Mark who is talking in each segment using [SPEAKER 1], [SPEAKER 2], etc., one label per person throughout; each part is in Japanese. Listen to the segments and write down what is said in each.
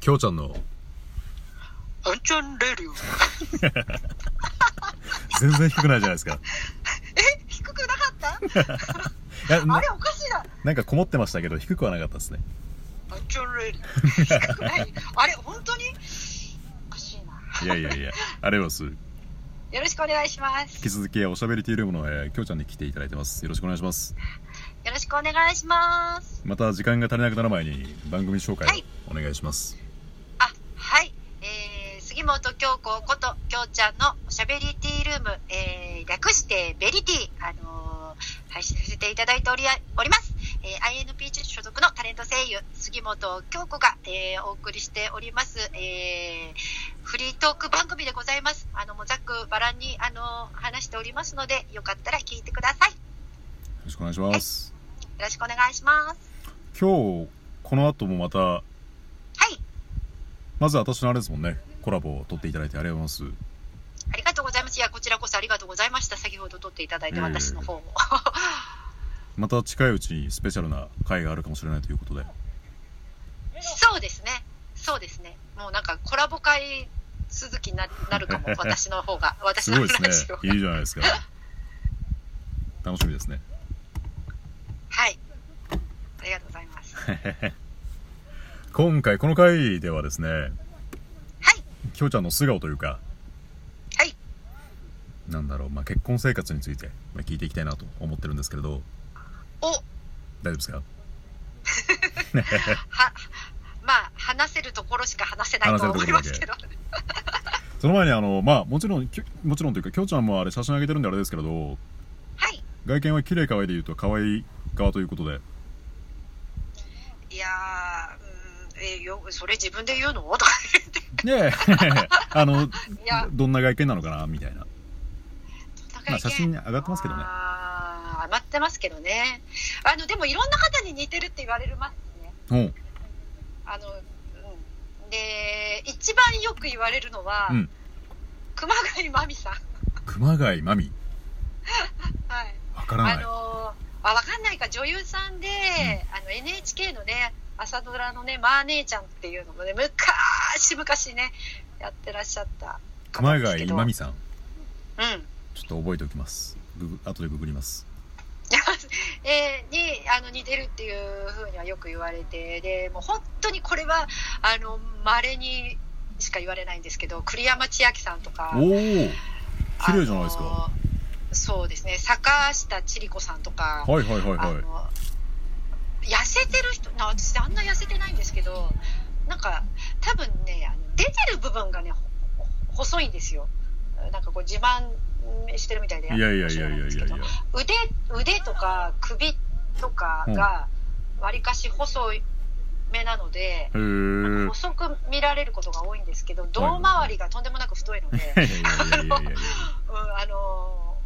[SPEAKER 1] きょうちゃんの
[SPEAKER 2] アンちゃんレディオ。
[SPEAKER 1] 全然低くないじゃないです か
[SPEAKER 2] え低くなかった
[SPEAKER 1] いや
[SPEAKER 2] あ
[SPEAKER 1] な
[SPEAKER 2] れおかしいな。
[SPEAKER 1] なんかこもってましたけど低くはなかったですね
[SPEAKER 2] アンちゃんレディオ。低くない。あれ本当におかしいな。
[SPEAKER 1] いやいやいやありがとうございます
[SPEAKER 2] よろしくお願いしま
[SPEAKER 1] 引き
[SPEAKER 2] す。
[SPEAKER 1] 続きおしゃべりティールームの、えー、きょうちゃんに来ていただいてますよろしくお願いします
[SPEAKER 2] よろしくお願いします。
[SPEAKER 1] また時間が足りなくなる前に番組紹介
[SPEAKER 2] はい
[SPEAKER 1] をお願いします、
[SPEAKER 2] あ、はい。えー、杉本京子こと京ちゃんのおしゃべりティールーム、えー、略してベリティ、あのー配信させていただいておりおります。えー、INP 所属のタレント声優、杉本京子が、えーお送りしております、えーフリートーク番組でございます。あの、もうざっくばらんに、あのー話しておりますので、よかったら聞いてください。よ
[SPEAKER 1] よろしくお願いします、
[SPEAKER 2] ろしくお願いします。
[SPEAKER 1] 今日この後もまた
[SPEAKER 2] はい、
[SPEAKER 1] まず私のあれですもんねコラボを取っていただいてありがとうございます
[SPEAKER 2] ありがとうございます。いや、こちらこそありがとうございました。先ほど撮っていただいて、私の方も。
[SPEAKER 1] また近いうちにスペシャルな回があるかもしれないということで
[SPEAKER 2] そうですね。そうですね。もうなんかコラボ会続きにななるか も。私の方が。私
[SPEAKER 1] す
[SPEAKER 2] の
[SPEAKER 1] ごい
[SPEAKER 2] 話を。
[SPEAKER 1] ですねいいじゃないですか楽しみですね
[SPEAKER 2] はい。ありがとうございます。はい。
[SPEAKER 1] 今回この回ではですねきょうちゃんの素顔というか
[SPEAKER 2] はい。
[SPEAKER 1] なんだろう、まあ、結婚生活についてまあ聞いていきたいなと思ってるんですけれど
[SPEAKER 2] お、は、
[SPEAKER 1] 大丈夫ですか
[SPEAKER 2] まあ、話せるところしか話せないとは思いますけど。
[SPEAKER 1] その前にあのまあもちろんきょもちろんというかきょうちゃんもあれ写真上げてるんであれですけれど
[SPEAKER 2] はい。
[SPEAKER 1] 外見は綺麗可愛いで言うと可愛い側ということで
[SPEAKER 2] いやー、うん、えよ、それ自分で言うのとか言って。
[SPEAKER 1] ねえ あの
[SPEAKER 2] や
[SPEAKER 1] どんな外見なのかなみたいなまあ写真
[SPEAKER 2] に
[SPEAKER 1] 上がってますけどね
[SPEAKER 2] あー上がってますけどね。あの、でもいろんな方に似てるって言われますね。
[SPEAKER 1] うん
[SPEAKER 2] あの、うん、で一番よく言われるのは、
[SPEAKER 1] うん
[SPEAKER 2] 熊谷真美さん、
[SPEAKER 1] 熊谷真美
[SPEAKER 2] はい
[SPEAKER 1] わから
[SPEAKER 2] あ
[SPEAKER 1] ない
[SPEAKER 2] のあわかんないか女優さんで、あの NHK のね朝ドラのね「マー姉ちゃん」っていうのもね昔々ねやってらっしゃった方
[SPEAKER 1] 熊
[SPEAKER 2] ですけ
[SPEAKER 1] 谷
[SPEAKER 2] ど
[SPEAKER 1] 真美さん
[SPEAKER 2] うん
[SPEAKER 1] ちょっと覚えておきますググ後でググります
[SPEAKER 2] えーにあの似てるっていうふうにはよく言われてでもう本当にこれはあの稀にしか言われないんですけど栗山千明さんとか
[SPEAKER 1] おお綺麗じゃないですか
[SPEAKER 2] あのそうですね坂下千里子さんとか、
[SPEAKER 1] はいはいはい
[SPEAKER 2] あ
[SPEAKER 1] はい
[SPEAKER 2] の痩せてる人な私あんな痩せてないんですけどなんか多分ねあの出てる部分がねほほ細いんですよなんかこう自慢してるみたいで
[SPEAKER 1] いやいやいやいやい
[SPEAKER 2] 面白なんです
[SPEAKER 1] やい
[SPEAKER 2] けど
[SPEAKER 1] や
[SPEAKER 2] 腕腕とか首とかがわりかし細い目なので、
[SPEAKER 1] へー
[SPEAKER 2] 細く見られることが多いんですけど胴回りがとんでもなく太いので。
[SPEAKER 1] いやいやいやいやいや
[SPEAKER 2] うん、あの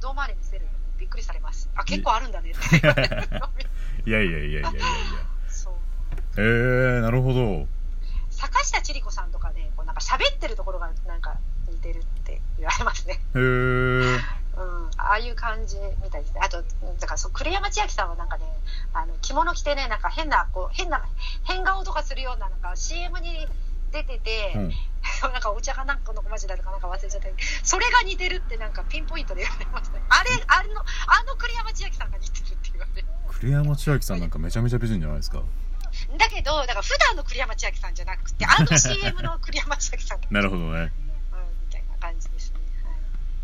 [SPEAKER 2] ー、胴回り見せるのびっくりされます。あ、結構あるんだね って言われるの
[SPEAKER 1] いやいやいやいやいやいや
[SPEAKER 2] そう。
[SPEAKER 1] へえなるほど
[SPEAKER 2] 坂下千里子さんとかね、こうなんか喋ってるところがなんか似てるって言われますね。
[SPEAKER 1] へえ
[SPEAKER 2] うん、ああいう感じみたいですね。あと、うんだからそう、栗山千明さんはなんかね、あの、着物着てね、なんか変な、こう、変な、変顔とかするような、なんか CM に出てて、
[SPEAKER 1] うん
[SPEAKER 2] なんかお茶かなんかの小町だとかなんか忘れちゃったけどそれが似てるってなんかピンポイントで言われましたねあれあのあの栗山千明さんが似てるって言われる
[SPEAKER 1] 栗山千明さんなんかめちゃめちゃ美人じゃないですか
[SPEAKER 2] だけどだから普段の栗山千明さんじゃなくてあの CM の栗山千明さん だ、
[SPEAKER 1] なるほどね
[SPEAKER 2] うん、みたいな感じですね、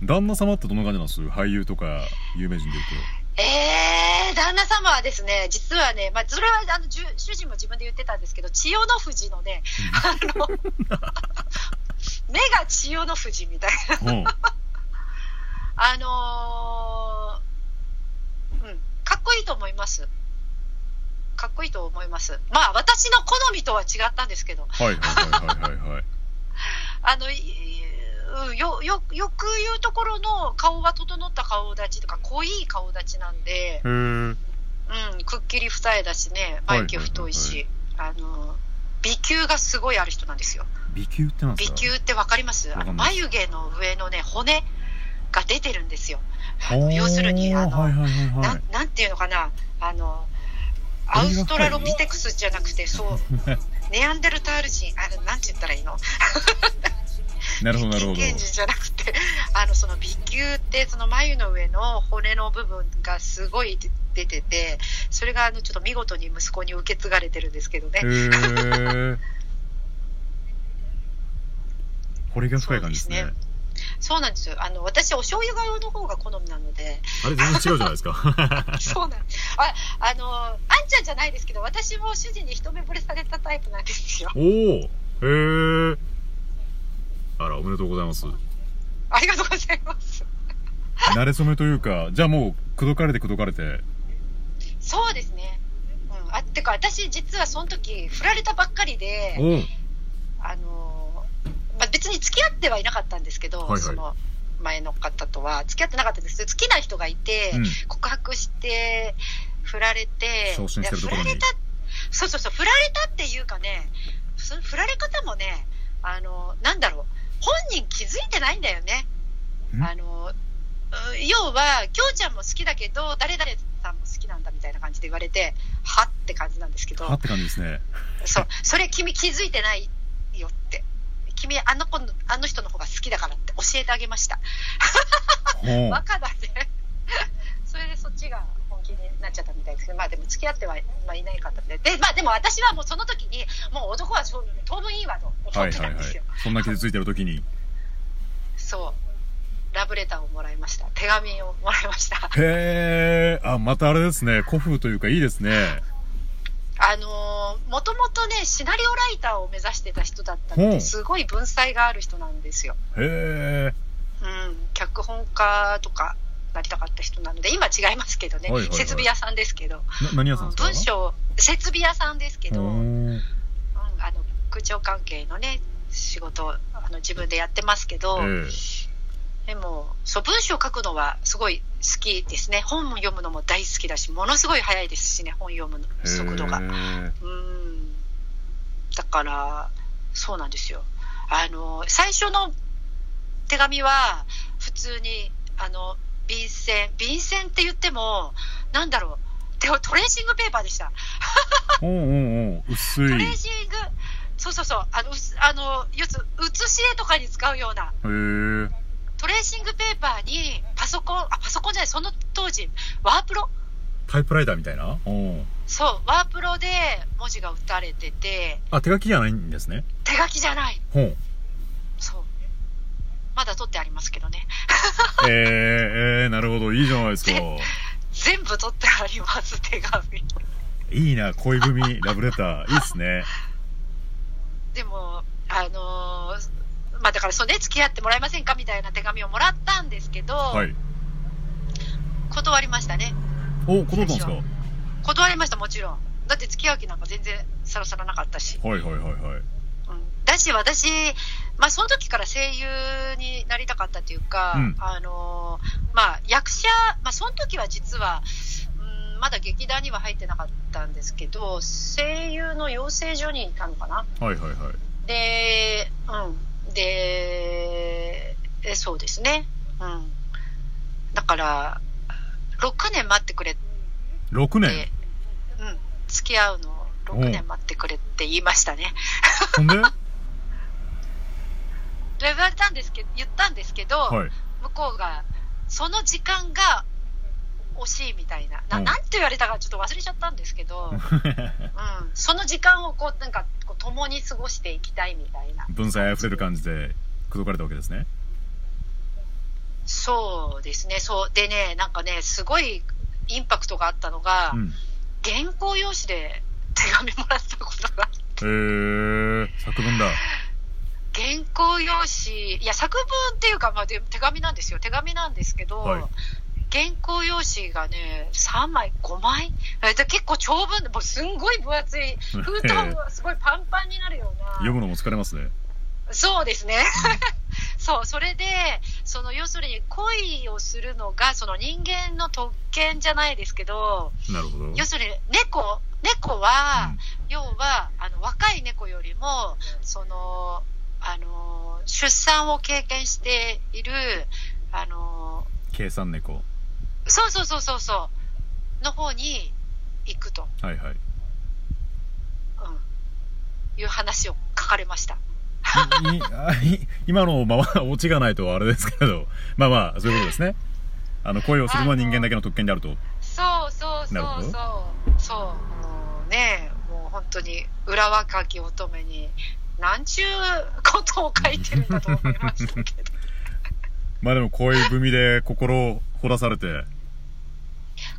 [SPEAKER 1] 旦那様ってどんな感じなんです俳優とか有名人でいう
[SPEAKER 2] はい、えー、旦那様はですね実はね、まあ、それはあのじゅ主人も自分で言ってたんですけど千代の富士のねあの 目が千代の富士みたいな
[SPEAKER 1] とうん
[SPEAKER 2] あのーうん、かっこいいと思います。かっこいいと思います。まあ、私の好みとは違ったんですけど、
[SPEAKER 1] はいはいはいはいはいはい
[SPEAKER 2] あの、いうんよ、よ、よく言うところの顔が整った顔立ちとか、濃い顔立ちなんで、
[SPEAKER 1] へ
[SPEAKER 2] うん、くっきり二重だしね、眉毛太いし、あの、美球がすごいある人なんですよ。
[SPEAKER 1] え美球ってなんで
[SPEAKER 2] 美
[SPEAKER 1] すか
[SPEAKER 2] 球ってわかります
[SPEAKER 1] わか
[SPEAKER 2] あの
[SPEAKER 1] んない
[SPEAKER 2] 眉毛の上のね、骨が出てるんですよ。あ
[SPEAKER 1] お
[SPEAKER 2] の
[SPEAKER 1] ー
[SPEAKER 2] 要するに、あの、
[SPEAKER 1] はいはいはいは
[SPEAKER 2] ないなんていうのかなあの
[SPEAKER 1] 大
[SPEAKER 2] ア
[SPEAKER 1] 学会
[SPEAKER 2] ウストラロピテクスじゃなくてそうネアンデルタール人、あれ、なんて言ったらいいの
[SPEAKER 1] なるほどなるほど
[SPEAKER 2] 原人じゃなくて、 あの、その鼻球って、その眉の上の骨の部分がすごい出てて、それが、あの、ちょっと見事に息子に受け継がれてるんですけどね。
[SPEAKER 1] へえこれが深い感じですね
[SPEAKER 2] そうそうなんですよ。あの、私、お醤油顔の方が好みなの で、
[SPEAKER 1] あれ全然違うじゃないです か
[SPEAKER 2] そうなんあ、あの、あんちゃんじゃないですけど、私も主人に一目惚れされたタイプなんですよ。
[SPEAKER 1] おおへえあらおめでとうございます
[SPEAKER 2] ありがとうございます。
[SPEAKER 1] 慣れ初めというかじゃあもう口説かれて口説かれて
[SPEAKER 2] そうですね。うん。あ、てか、私、実はその時、振られたばっかりで、
[SPEAKER 1] おう
[SPEAKER 2] あのーまあ、別に付き合ってはいなかったんですけど、
[SPEAKER 1] はいはい
[SPEAKER 2] その前の方とは付き合ってなかったんですけど好きな人がいて、
[SPEAKER 1] うん
[SPEAKER 2] 告白して振られて
[SPEAKER 1] 昇進してるところに
[SPEAKER 2] いや振られたそうそうそう振られたっていうかねその振られ方もねあのーなんだろう本人気づいてないんだよね
[SPEAKER 1] ん
[SPEAKER 2] あのーうん要は、きょうちゃんも好きだけど、誰々さんも好きなんだみたいな感じで言われて、はって感じなんですけど。
[SPEAKER 1] はって感じですね
[SPEAKER 2] そう、それ君気づいてないよって。君あの子の、あの人の方が好きだからって教えてあげました。
[SPEAKER 1] ほう
[SPEAKER 2] バカだね。 それでそっちが本気になっちゃったみたいですけど、まあでも付き合っては、まあ、いないかったんで。で、まあでも私はもうその時に、もう男はそう当分いいわと思
[SPEAKER 1] は
[SPEAKER 2] っ
[SPEAKER 1] い
[SPEAKER 2] て
[SPEAKER 1] は
[SPEAKER 2] た
[SPEAKER 1] い
[SPEAKER 2] ん
[SPEAKER 1] は
[SPEAKER 2] で
[SPEAKER 1] い
[SPEAKER 2] すよ。
[SPEAKER 1] そんな傷ついてる時に
[SPEAKER 2] そう。ラブレターをもらいました。手紙をもらい ました。
[SPEAKER 1] へえあまたあれですね古風というかいいですね
[SPEAKER 2] あのー、もともとね、シナリオライターを目指してた人だったの
[SPEAKER 1] ほ
[SPEAKER 2] で、
[SPEAKER 1] う
[SPEAKER 2] すごい文才がある人なんですよ。
[SPEAKER 1] へ
[SPEAKER 2] うん、脚本家とかなりたかった人なので今違いますけどね、
[SPEAKER 1] はいはいはい
[SPEAKER 2] 設備屋さんですけど、
[SPEAKER 1] えな何屋さん
[SPEAKER 2] うん
[SPEAKER 1] ですか
[SPEAKER 2] 文章設備屋さんですけど、うん、
[SPEAKER 1] おー
[SPEAKER 2] あの空調関係のね仕事をあの自分でやってますけど、
[SPEAKER 1] え
[SPEAKER 2] でもそう文章書くのはすごい好きですね本も読むのも大好きだしものすごい早いですしね本読む
[SPEAKER 1] え
[SPEAKER 2] 速度が。
[SPEAKER 1] へえ
[SPEAKER 2] うんだからそうなんですよあの最初の手紙は普通にあの便箋便箋って言ってもなんだろうでもトレーシングペーパーでした
[SPEAKER 1] おうおうおう薄
[SPEAKER 2] ト
[SPEAKER 1] い
[SPEAKER 2] レーシングそうそうそうあのうすあの要するに写し絵とかに使うような
[SPEAKER 1] へえ
[SPEAKER 2] トレーシングペーパーにパソコンあパソコンじゃないその当時ワープロ
[SPEAKER 1] タイプライターみたいなうん
[SPEAKER 2] そうワープロで文字が打たれてて
[SPEAKER 1] あ手書きじゃないんですね
[SPEAKER 2] 手書きじゃない
[SPEAKER 1] ほう
[SPEAKER 2] そうまだ撮ってありますけどね
[SPEAKER 1] えー、えー、なるほどいいじゃないですか
[SPEAKER 2] 全部取ってあります手紙
[SPEAKER 1] いいな恋文ラブレターいいっすね
[SPEAKER 2] でもあのーまあだからそうね付き合ってもらえませんかみたいな手紙をもらったんですけど、
[SPEAKER 1] はい
[SPEAKER 2] 断りましたね
[SPEAKER 1] お断ったんですかは
[SPEAKER 2] 断りましたもちろんだって付き合う気なんか全然さらさらなかったし、
[SPEAKER 1] いはいはいはい
[SPEAKER 2] うん、だし私まあその時から声優になりたかったというか、
[SPEAKER 1] うん
[SPEAKER 2] あのーまあ役者まあその時は実はうんまだ劇団には入ってなかったんですけど声優の養成所にいたのかな
[SPEAKER 1] はいはいはい
[SPEAKER 2] で、うん。で、えそうですね。うん。だから、6年待ってくれって、
[SPEAKER 1] 6年
[SPEAKER 2] うん。付き合うのを6年待ってくれって言いましたね。
[SPEAKER 1] ほん では
[SPEAKER 2] 言われたんですけど、言ったんですけど、
[SPEAKER 1] い
[SPEAKER 2] 向こうが、その時間が惜しいみたいな。な、
[SPEAKER 1] うん
[SPEAKER 2] なんて言われたかちょっと忘れちゃったんです けど、うん。その時間をこう、なんか、こう共に過ごしていきたいみたいな。
[SPEAKER 1] 文才あふれる感じで口説かれたわけですね
[SPEAKER 2] そうですね、そう。でね、なんかね、すごいインパクトがあったのが、
[SPEAKER 1] うん
[SPEAKER 2] 原稿用紙で手紙もらったことが、
[SPEAKER 1] へえー、作文だ
[SPEAKER 2] 原稿用紙、いや、作文っていうか、まあ、で手紙なんですよ。手紙なんですけど、
[SPEAKER 1] はい
[SPEAKER 2] 原稿用紙がね、3枚、5枚えで結構長文、もうすんごい分厚 い、封筒もすごいパンパンになるような。
[SPEAKER 1] 読むのも疲れますね
[SPEAKER 2] そうですね。 そう、それで、その要するに恋をするのが、その人間の特権じゃないですけど、
[SPEAKER 1] なるほど
[SPEAKER 2] 要するに猫、猫は、要は、あの、若い猫よりも、その、あの、出産を経験している、あの、
[SPEAKER 1] 計算猫は
[SPEAKER 2] そうそうそうそうそう、の方に行くと、
[SPEAKER 1] いはい
[SPEAKER 2] うん、いう話を書かれました。
[SPEAKER 1] いいあい今のままオチがないとあれですけどまあまあそういうことですねあの恋をするのは人間だけの特権であると
[SPEAKER 2] そうそうそ
[SPEAKER 1] なるほ
[SPEAKER 2] うそうそうもうねもう本当に裏若き乙女に何ちゅうことを書いてるんだと思いましたけど
[SPEAKER 1] まあでも恋文で心を掘らされて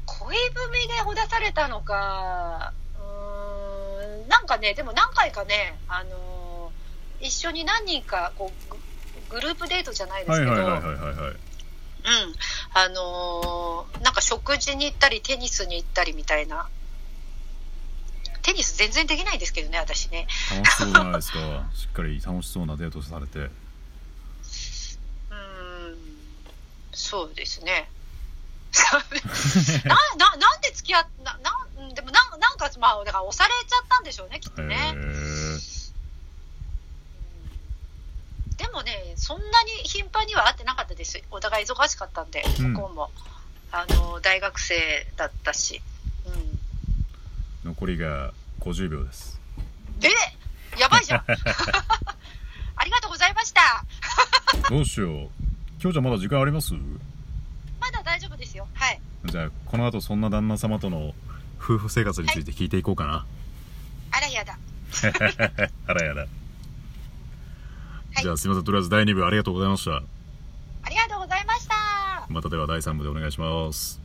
[SPEAKER 2] 恋文でほだされたのかうーんなんかねでも何回かねあのー一緒に何人かこうググループデートじゃないです
[SPEAKER 1] はい
[SPEAKER 2] けど、
[SPEAKER 1] はいはいはいはいはい
[SPEAKER 2] うん、あのーなんか食事に行ったりテニスに行ったりみたいなテニス全然できないんですけどね私ね
[SPEAKER 1] 楽しそうじゃないですか しっかり楽しそうなデートされて
[SPEAKER 2] うーんそうです ね。なななんで付き合っななんうんでもなんなんかまあだから押されちゃったんでしょうねきっと
[SPEAKER 1] へ
[SPEAKER 2] ね。
[SPEAKER 1] え
[SPEAKER 2] でもねそんなに頻繁には会ってなかったです。お互い忙しかったんで
[SPEAKER 1] うん
[SPEAKER 2] 向こうも、あの大学生だったし。うん、
[SPEAKER 1] 残りが50秒です
[SPEAKER 2] えやばいじ ゃん。ありがとうございました。
[SPEAKER 1] どうしよう今日じゃまだ時間あります
[SPEAKER 2] まだ大丈夫ですよ。はい。
[SPEAKER 1] じゃあこの後そんな旦那様との夫婦生活について聞いていこうかな、
[SPEAKER 2] あらやだ。
[SPEAKER 1] あらやだ、
[SPEAKER 2] い
[SPEAKER 1] じゃあすみませんとりあえず第2部ありがとうございました
[SPEAKER 2] ありがとうございました。
[SPEAKER 1] またでは第3部でお願いします